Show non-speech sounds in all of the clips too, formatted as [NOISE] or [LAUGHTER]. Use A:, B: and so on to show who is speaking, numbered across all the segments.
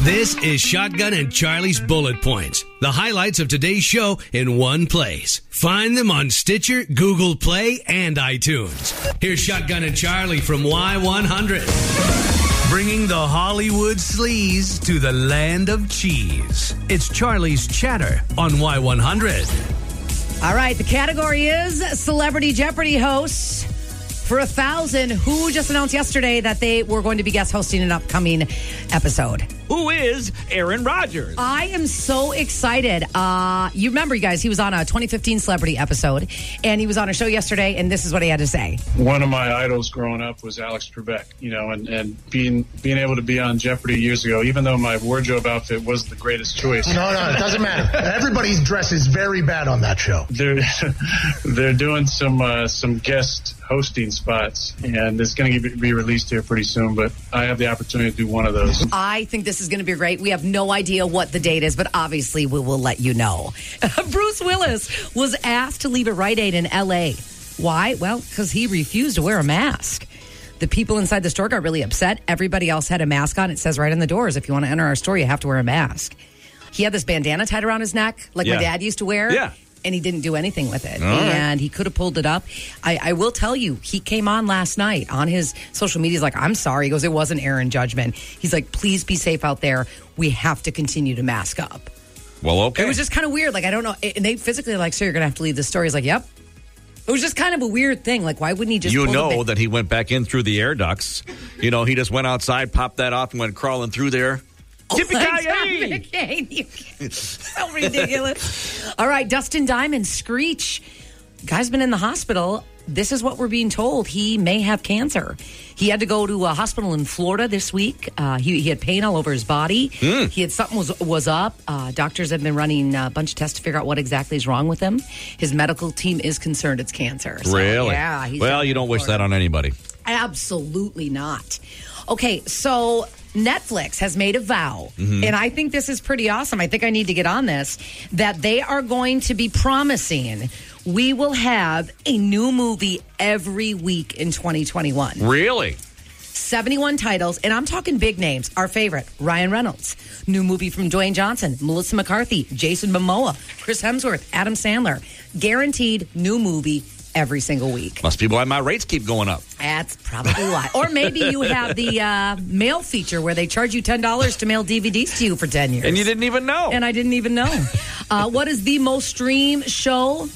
A: This is Shotgun and Charlie's Bullet Points, the highlights of today's show in one place. Find them on Stitcher, Google Play, and iTunes. Here's Shotgun and Charlie from Y100. Bringing the Hollywood sleaze to the land of cheese. It's Charlie's Chatter on Y100.
B: All right, the category is Celebrity Jeopardy hosts for a thousand who just announced yesterday that they were going to be guest hosting an upcoming episode
C: who is aaron rodgers
B: i am so excited uh, you remember you guys he was on a 2015 celebrity episode and he was on a show yesterday and this is what he had to say
D: one of my idols growing up was alex trebek you know and, and being being able to be on jeopardy years ago even though my wardrobe outfit wasn't the greatest choice
E: no no it doesn't matter everybody's dress is very bad on that show
D: they're they're doing some uh, some guest hosting spots, and it's going to be released here pretty soon. But I have the opportunity to do one of those.
B: I think this is going to be great. We have no idea what the date is, but obviously we will let you know. [LAUGHS] Bruce Willis was asked to leave a Rite Aid in L.A. Why? Well, because he refused to wear a mask. The people inside the store got really upset. Everybody else had a mask on. It says right on the doors if you want to enter our store, you have to wear a mask. He had this bandana tied around his neck, like yeah. my dad used to wear.
C: Yeah
B: and he didn't do anything with it. All and right. he could have pulled it up. I, I, will tell you, he came on last night on his social media. He's like, I'm sorry. He goes, It was an error in judgment. He's like, Please be safe out there. We have to continue to mask up.
F: Well, okay.
B: It was just kind of weird. Like, I don't know. And they physically, like, So you're going to have to leave the store. He's like, Yep. It was just kind of a weird thing. Like, why wouldn't he just?
F: You know that he went back in through the air ducts. you know, he just went outside, popped that off, and went crawling through there.
B: Yippee-ki-yay! so ridiculous. All right, Dustin Diamond, Screech. Guy's been in the hospital. This is what we're being told. He may have cancer. He had to go to a hospital in Florida this week. Uh, he, he, had pain all over his body.
F: Hmm.
B: Mm. He had something was was up. Uh, doctors have been running a bunch of tests to figure out what exactly is wrong with him. His medical team is concerned it's cancer.
F: So, really?
B: Yeah.
F: well, you don't Florida. wish that on anybody.
B: Absolutely not. Okay, so Netflix has made a vow, mm-hmm. and I think this is pretty awesome. I think I need to get on this that they are going to be promising we will have a new movie every week in 2021.
F: Really?
B: 71 titles, and I'm talking big names. Our favorite, Ryan Reynolds. New movie from Dwayne Johnson, Melissa McCarthy, Jason Momoa, Chris Hemsworth, Adam Sandler. Guaranteed new movie every single week.
F: Must be why my rates keep going up.
B: That's probably why. or maybe you have the uh, mail feature where they charge you $10 to mail DVDs to you for 10 years.
F: And you didn't even know.
B: And I didn't even know. uh, what is the most streamed show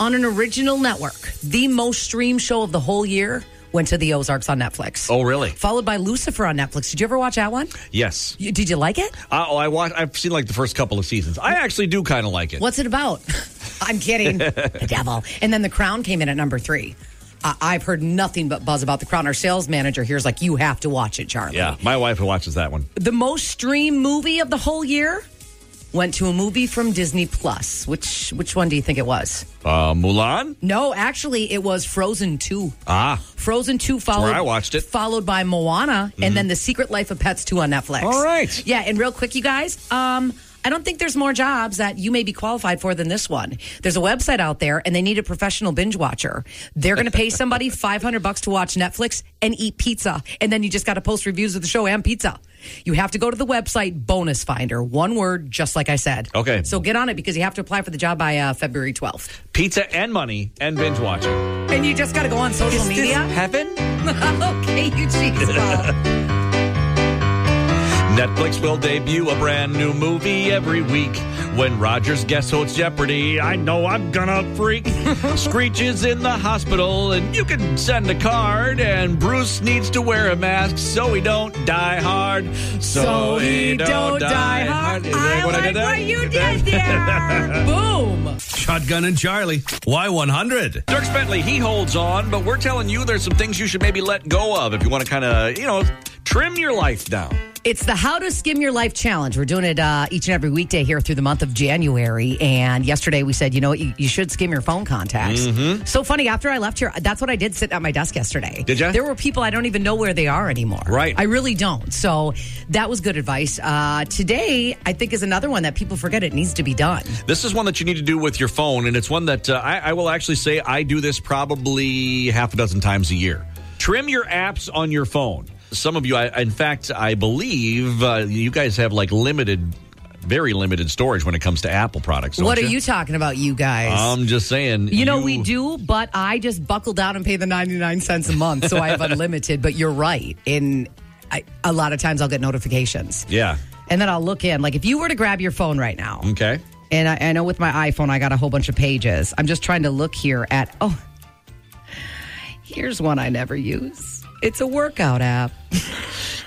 B: on an original network? The most streamed show of the whole year? Went to the Ozarks on Netflix.
F: Oh, really?
B: Followed by Lucifer on Netflix. Did you ever watch that one?
F: Yes.
B: You, did you like it?
F: Uh, oh, I watched. I've seen like the first couple of seasons. I actually do kind of like it.
B: What's it about? [LAUGHS] I'm kidding. the devil. And then The Crown came in at number three. Uh, I've heard nothing but buzz about The Crown. Our sales manager here's like, you have to watch it, Charlie.
F: Yeah, my wife watches that one.
B: The most streamed movie of the whole year went to a movie from Disney Plus. Which which one do you think it was?
F: Uh, Mulan.
B: No, actually, it was Frozen Two.
F: Ah,
B: Frozen Two followed.
F: I watched it.
B: Followed by Moana, mm-hmm. and then The Secret Life of Pets Two on Netflix.
F: All right.
B: Yeah, and real quick, you guys. Um, I don't think there's more jobs that you may be qualified for than this one. There's a website out there and they need a professional binge watcher. They're going to pay
F: [LAUGHS]
B: somebody 500 bucks to watch Netflix and eat pizza. And then you just got to post reviews of the show and pizza. You have to go to the website Bonus Finder, one word, just like I said.
F: Okay.
B: So get on it because you have to apply for the job by uh, February 12th.
F: Pizza and money and binge watching.
B: And you just got to go on social
C: Is
B: media.
C: heaven?
B: [LAUGHS] okay, you [LAUGHS] cheese
F: Netflix will debut a brand new movie every week. When Rogers guest hosts Jeopardy, I know I'm
B: [LAUGHS]
F: gonna freak. Screech is in the hospital, and you can send a card. And Bruce needs to wear a mask so he don't die hard.
B: So, so he, he don't, don't, die, hard. hard. I like I did what you did [LAUGHS] there. Boom.
A: Shotgun and Charlie. Y100.
F: Dirk Bentley, he holds on, but we're telling you there's some things you should maybe let go of if you want to kind of, you know, trim your life down.
B: It's the How to Skim Your Life Challenge. We're doing it uh, each and every weekday here through the month of January. And yesterday we said, you know what, you, you, should skim your phone contacts. Mm-hmm. So funny, after I left here, that's what I did sitting at my desk yesterday.
F: Did you?
B: There were people I don't even know where they are anymore.
F: Right.
B: I really don't. So that was good advice. Uh, today, I think, is another one that people forget it needs to be done.
F: This is one that you need to do with your phone. And it's one that uh, I, I will actually say I do this probably half a dozen times a year. Trim your apps on your phone. some of you, I, in fact, I believe uh, you guys have like limited, very limited storage when it comes to Apple products.
B: What are
F: don't Um,
B: you talking about, you guys?
F: I'm just saying.
B: you know, we do, but I just buckle down and pay the 99 cents a month, so I
F: [LAUGHS]
B: have unlimited. But you're right. In I, a lot of times I'll get notifications.
F: Yeah.
B: And then I'll look in. Like if you were to grab your phone right now,
F: Okay.
B: and I, I know with my iPhone, I got a whole bunch of pages. I'm just trying to look here at, oh, here's one I never use. It's a workout app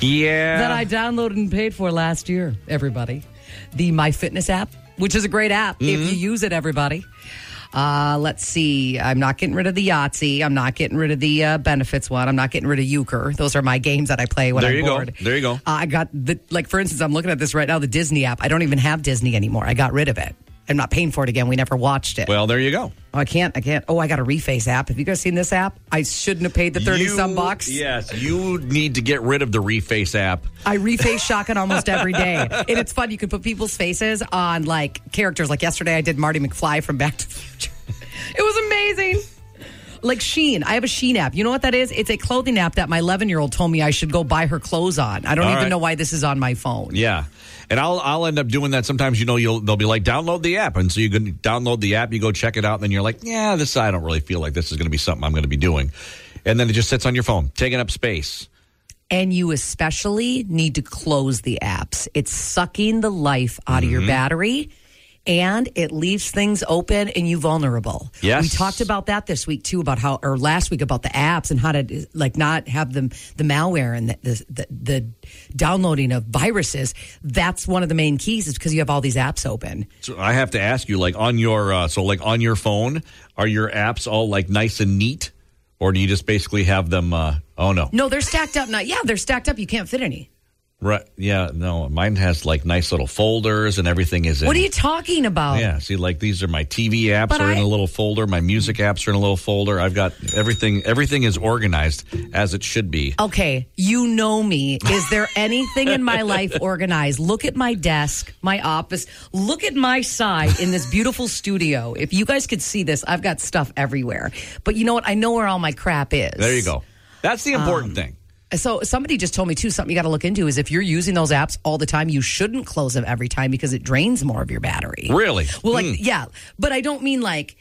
F: Yeah.
B: that I downloaded and paid for last year, everybody. The My Fitness app, which is a great app
F: Mm-hmm.
B: if you use it, everybody. Uh, let's see. I'm not getting rid of the Yahtzee. I'm not getting rid of the uh, benefits one. I'm not getting rid of Euchre. Those are my games that I play when
F: There
B: I'm
F: you go.
B: bored.
F: There you go.
B: Uh, I got the like. For instance, I'm looking at this right now. The Disney app. I don't even have Disney anymore. I got rid of it. I'm not paying for it again. We never watched it.
F: well, there you go.
B: Oh, I can't. I can't. Oh, I got a Reface app. Have you guys seen this app? I shouldn't have paid the thirty
F: You-
B: some bucks.
F: Yes, you need to get rid of the Reface app.
B: I reface Shotgun almost every day. And it's fun. You can put people's faces on like characters. Like yesterday, I did Marty McFly from Back to the Future. [LAUGHS] It was amazing. Like Sheen. I have a Sheen app. You know what that is? It's a clothing app that my 11 year old told me I should go buy her clothes on. I don't
F: All
B: even
F: right.
B: know why this is on my phone.
F: Yeah, and I'll I'll end up doing that. Sometimes you know you'll they'll be like download the app, and so you can download the app, you go check it out, and then you're like, yeah, this I don't really feel like this is going to be something I'm going to be doing, and then it just sits on your phone, taking up space.
B: And you especially need to close the apps. It's sucking the life out of
F: Mm-hmm.
B: your battery and it leaves things open and you vulnerable.
F: Yes.
B: We talked about that this week too about how or last week about the apps and how to like not have them the malware and the the, the, the downloading of viruses. That's one of the main keys is because you have all these apps open.
F: So I have to ask you, like on your uh, so like on your phone, are your apps all like nice and neat, or do you just basically have them? Uh, oh no,
B: No, they're stacked up now. Yeah, they're stacked up. You can't fit any.
F: right? Yeah, no, mine has like nice little folders, and everything is in.
B: What are you talking about?
F: Yeah, see, like these are my TV apps
B: But
F: are in
B: I-
F: a little folder. My music apps are in a little folder. I've got everything. Everything is organized as it should be.
B: Okay, you know me. Is
F: [LAUGHS]
B: there anything in my life organized? Look at my desk, my office. Look at my side in this beautiful studio. If you guys could see this, I've got stuff everywhere. But you know what? I know where all my crap is.
F: There you go. That's
B: Um,
F: the important thing.
B: So somebody just told me too something you got to look into is if you're using those apps all the time, you shouldn't close them every time because it drains more of your battery.
F: Really? Hmm.
B: Well, like yeah, but I don't mean like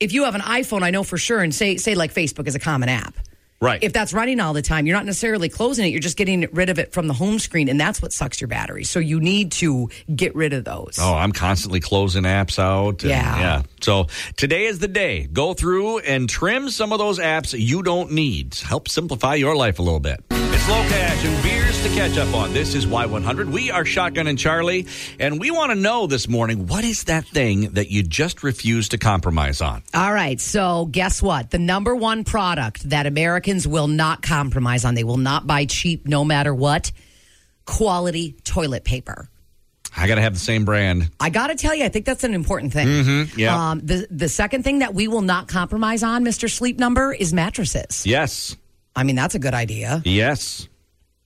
B: if you have an iPhone, I know for sure, and say say like Facebook is a common app.
F: Right.
B: If that's running all the time, you're not necessarily closing it. You're just getting rid of it from the home screen, and that's what sucks your battery. So you need to get rid of those.
F: Oh, I'm constantly closing apps out. and-
B: Yeah.
F: Yeah. So today is the day. Go through and trim some of those apps you don't need. Help simplify your life a little bit. It's low cash and beers to catch up on. This is Y100. We are Shotgun and Charlie, and we want to know this morning what is that thing that you just refuse to compromise on?
B: All right. So, guess what? The number one product that Americans will not compromise on, they will not buy cheap no matter what quality toilet paper.
F: I got to have the same brand.
B: I got to tell you, I think that's an important thing.
F: Mm-hmm. yeah.
B: Um, the, the second thing that we will not compromise on, Mr. Sleep Number, is mattresses.
F: Yes.
B: I mean, that's a good idea.
F: Yes.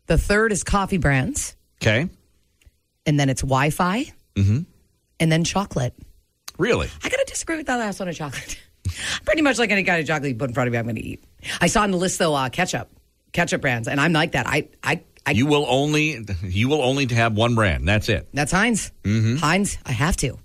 B: The third is coffee brands,
F: Okay.
B: and then it's Wi Fi, and then chocolate.
F: Really?
B: I gotta disagree with that last one of chocolate. [LAUGHS] Pretty much like any kind of chocolate you put in front of me, I'm gonna eat. I saw on the list though uh, ketchup, ketchup brands, and I'm like that. I, I, I
F: You will only you will only have one brand. That's it.
B: that's Heinz. Heinz, I have to.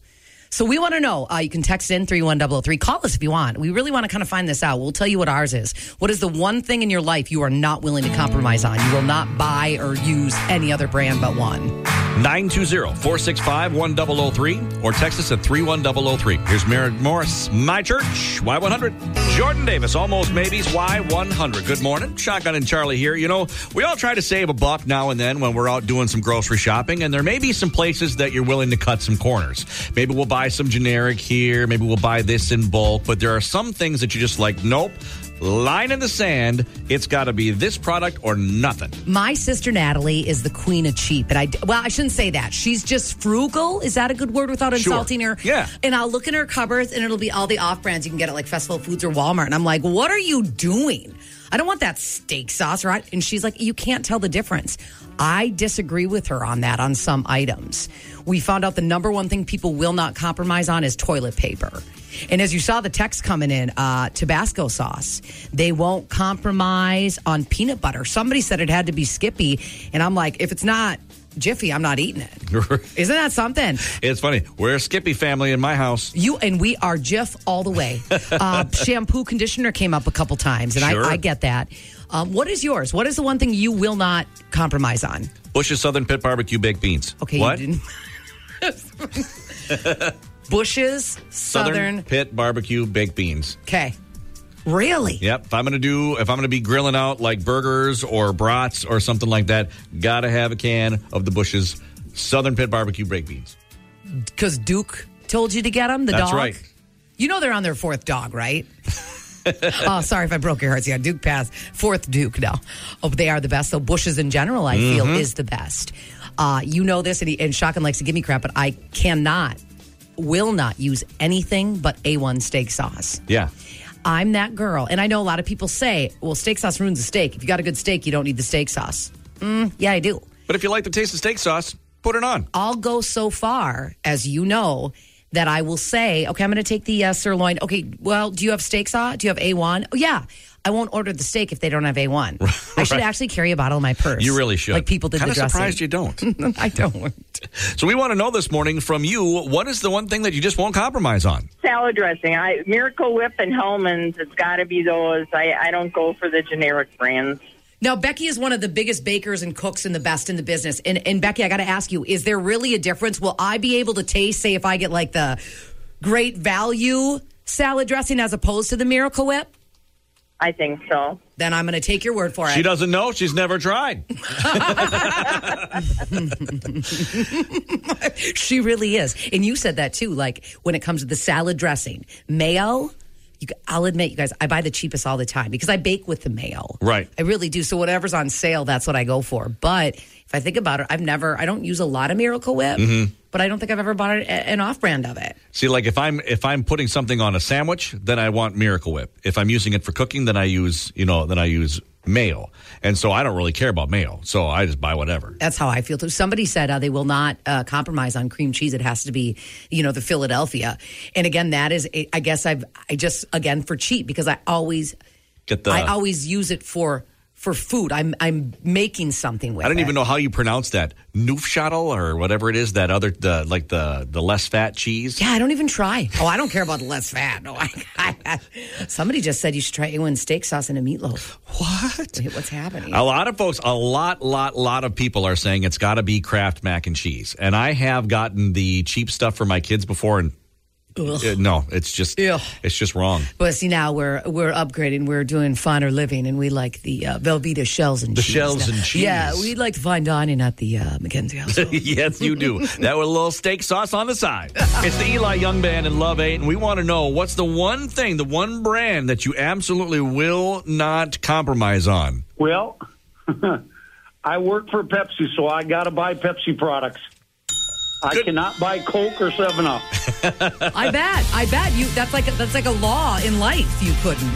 B: So we want to know. Uh, you can text in three one double oh three. Call us if you want. We really want to kind of find this out. We'll tell you what ours is. What is the one thing in your life you are not willing to compromise on? You will not buy or use any other brand but one.
F: 920-465-1003 or text us at 31003. Here's Merritt Morris, My Church, Y100. Jordan Davis, Almost Maybes, Y100. Good morning. Shotgun and Charlie here. You know, we all try to save a buck now and then when we're out doing some grocery shopping, and there may be some places that you're willing to cut some corners. Maybe we'll buy some generic here, maybe we'll buy this in bulk, but there are some things that you're just like, nope, line in the sand, it's got to be this product or nothing.
B: My sister Natalie is the queen of cheap, and I well, I shouldn't say that. She's just frugal. Is that a good word without insulting her?
F: Yeah.
B: And I'll look in her cupboards, and it'll be all the off brands you can get at like Festival Foods or Walmart, and I'm like, what are you doing? I don't want that steak sauce, right? And she's like, you can't tell the difference. I disagree with her on that on some items. We found out the number one thing people will not compromise on is toilet paper. And as you saw the text coming in, uh, Tabasco sauce. They won't compromise on peanut butter. Somebody said it had to be Skippy. And I'm like, if it's not Jiffy, I'm not eating it. Isn't that something?
F: It's funny. We're a Skippy family in my house.
B: You and we are Jif all the
F: [LAUGHS]
B: way. uh, shampoo conditioner came up a couple times, and
F: Sure.
B: I, I get that. Um, what is yours? What is the one thing you will not compromise on?
F: Bush's Southern Pit Barbecue baked beans.
B: Okay,
F: what?
B: you
F: [LAUGHS]
B: didn't. Bushes,
F: Southern,
B: Southern.
F: Pit Barbecue baked beans.
B: Okay. Really?
F: Yep. If I'm gonna do, if I'm gonna be grilling out like burgers or brats or something like that, gotta have a can of the Bush's Southern Pit Barbecue baked beans.
B: Because Duke told you to get them, the
F: That's
B: dog?
F: right.
B: You know they're on their fourth dog,
F: [LAUGHS]
B: right? oh, sorry if I broke your hearts. Yeah, Duke passed. Fourth Duke, no. Oh, but they are the best. though. Bushes in general, I feel,
F: Mm-hmm.
B: is the best. Uh, you know this, and, he, and Shotgun likes to give me crap, but I cannot, will not use anything but A1 steak sauce.
F: Yeah.
B: I'm that girl. And I know a lot of people say, well, steak sauce ruins the steak. If you got a good steak, you don't need the steak sauce. Mm, yeah, I do.
F: But if you like the taste of steak sauce, put it on.
B: I'll go so far, as you know, that I will say, okay, I'm going to take the uh, sirloin. Okay, well, do you have steak sauce? Do you have A1? Oh, yeah. I won't order the steak if they don't have
F: [LAUGHS]
B: A1. I should actually carry a bottle in my purse.
F: You really should.
B: Like people did
F: Kinda
B: the dressing. [LAUGHS]
F: surprised you don't.
B: I don't.
F: so we want to know this morning from you what is the one thing that you just won't compromise on?
G: salad dressing. I Miracle Whip and Hellman's. It's got to be those. I, I don't go for the generic brands.
B: Now, Becky is one of the biggest bakers and cooks and the best in the business. And, and Becky, I got to ask you, is there really a difference? Will I be able to taste, say, if I get like the great value salad dressing as opposed to the Miracle Whip?
G: I think so.
B: Then I'm going to take your word for it.
F: She doesn't know. She's never tried.
B: She really is. And you said that too. Like when it comes to the salad dressing, mayo. You, g- I'll admit, you guys, I buy the cheapest all the time because I bake with the mayo.
F: Right.
B: I really do. So whatever's on sale, that's what I go for. But if I think about it, I've never, I don't use a lot of Miracle Whip, but I don't think I've ever bought a- an off brand of it.
F: See, like if I'm if I'm putting something on a sandwich, then I want Miracle Whip. If I'm using it for cooking, then I use you know then I use mayo. And so I don't really care about mayo, so I just buy whatever.
B: That's how I feel too. Somebody said uh, they will not uh, compromise on cream cheese. It has to be, you know, the Philadelphia. And again, that is, I guess I've, I just, again, for cheap because I always,
F: Get the
B: I always use it for for food. I'm I'm making something with.
F: I don't
B: it.
F: even know how you pronounce that Neufchâtel or whatever it is that other the like the the less fat cheese.
B: Yeah, I don't even try. Oh, I don't care about the less fat. No, I, I- somebody just said you should try A1 steak sauce in a meatloaf.
F: What?
B: Wait, What's happening?
F: A lot of folks, a lot, lot, lot of people are saying it's got to be Kraft mac and cheese. And I have gotten the cheap stuff for my kids before, and Uh, no, it's just
B: Ugh.
F: it's just wrong.
B: But see, now we're we're upgrading. We're doing finer living, and we like the uh, Velveeta shells and
F: The
B: cheese.
F: shells and cheese.
B: Yeah, we like to fine dining at the uh, Mackenzie House.
F: [LAUGHS] yes, you do. That with a little steak sauce on the side. It's the Eli Young Band in Love 8, and we want to know what's the one thing, the one brand that you absolutely will not compromise on?
H: Well, [LAUGHS] I work for Pepsi, so I got to buy Pepsi products. I cannot buy Coke or Seven Up.
B: I bet. I bet you. That's like a, that's like a law in life. You couldn't.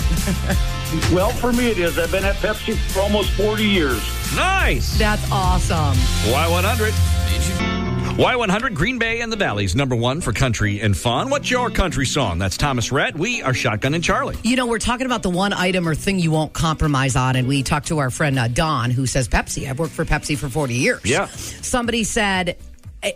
H: well, for me it is. I've been at Pepsi for almost 40 years.
F: Nice!
B: That's awesome.
F: Y100. Y100 Green Bay and the Valley's number one for country and fun. What's your country song? That's Thomas Rhett. We are Shotgun and Charlie.
B: You know, we're talking about the one item or thing you won't compromise on, and we talked to our friend uh, Don, who says Pepsi. I've worked for Pepsi for forty years.
F: Yeah.
B: Somebody said,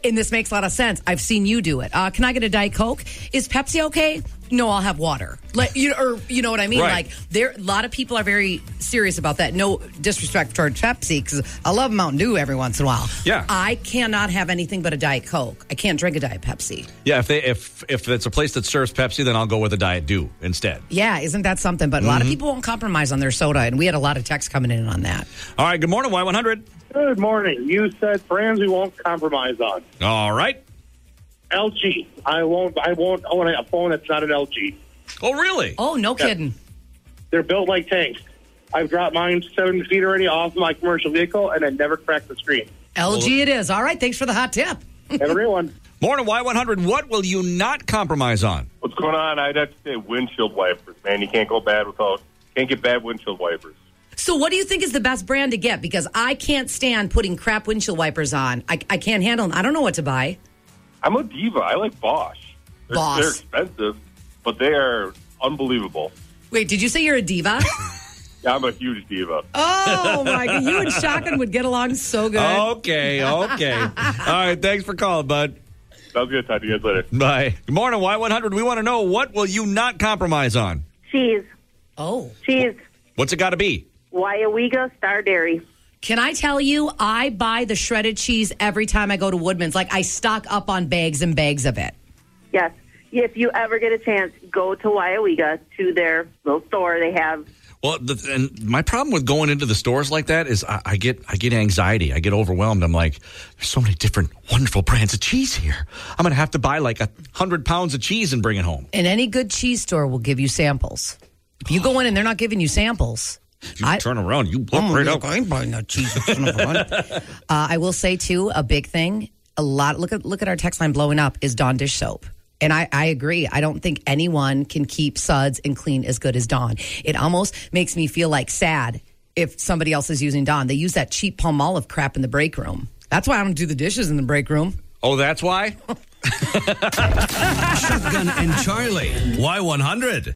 B: and this makes a lot of sense. I've seen you do it. Uh, can I get a diet coke? Is Pepsi okay? No, I'll have water. Like you, or you know what I mean.
F: Right.
B: Like there, a lot of people are very serious about that. No disrespect towards Pepsi, because I love Mountain Dew every once in a while.
F: Yeah.
B: I cannot have anything but a diet coke. I can't drink a diet Pepsi.
F: Yeah, if they if if it's a place that serves Pepsi, then I'll go with a Diet Dew instead.
B: Yeah, isn't that something? But a lot of people won't compromise on their soda, and we had a lot of texts coming in on that.
F: All right, good morning, Y100.
H: Good morning. You said brands we won't compromise on.
F: All right.
H: LG. I won't. I won't own a phone that's not an LG.
F: Oh, really?
B: Oh, no kidding.
H: They're built like tanks. I've dropped mine seven feet already off my commercial vehicle, and it never cracked the screen.
I: [LAUGHS]
B: LG it is. All right, thanks for the hot tip.
H: Everyone.
F: Morning, Y100. What will you not compromise on?
I: What's going on? I'd have to say windshield wipers. Man, you can't go bad without can't get bad windshield wipers.
J: So, what do you think is the best brand to get? Because I can't stand putting crap windshield wipers on. I, I can't handle them. I don't know what to buy.
I: I'm a diva. I like Bosch. They're,
J: Bosch.
I: They're expensive, but they are unbelievable.
J: Wait, did you say you're a diva?
I: Yeah, I'm a huge diva.
J: [LAUGHS] oh my god, you and Shotgun would get along so good.
F: Okay, okay. All right, thanks for calling, bud.
I: Sounds good. Talk to you guys later.
F: Bye. Good morning, Y100. We want to know what will you not compromise on?
G: Cheese.
J: Oh.
G: Cheese.
F: What's it got to be?
G: Waiwega Star Dairy.
J: Can I tell you, I buy the shredded cheese every time I go to Woodman's. Like, I stock up on bags and bags of it.
G: Yes. If you ever get a chance, go to Waiwega to their little store they have.
F: Well, the, and my problem with going into the stores like that is I, I get I get anxiety. I get overwhelmed. I'm like, there's so many different wonderful brands of cheese here. I'm gonna have to buy like a hundred pounds of cheese and bring it home.
B: And any good cheese store will give you samples. If you go in and they're not giving you samples,
F: If you turn around, you look right up.
B: uh, I will say too a big thing. A lot. Look at look at our text line blowing up is Dawn dish soap. And I, I agree. I don't think anyone can keep suds and clean as good as Dawn. It almost makes me feel like sad if somebody else is using Dawn. They use that cheap palm olive crap in the break room. That's why I don't do the dishes in the break room.
F: Oh, that's why.
A: Shotgun and Charlie. Y100.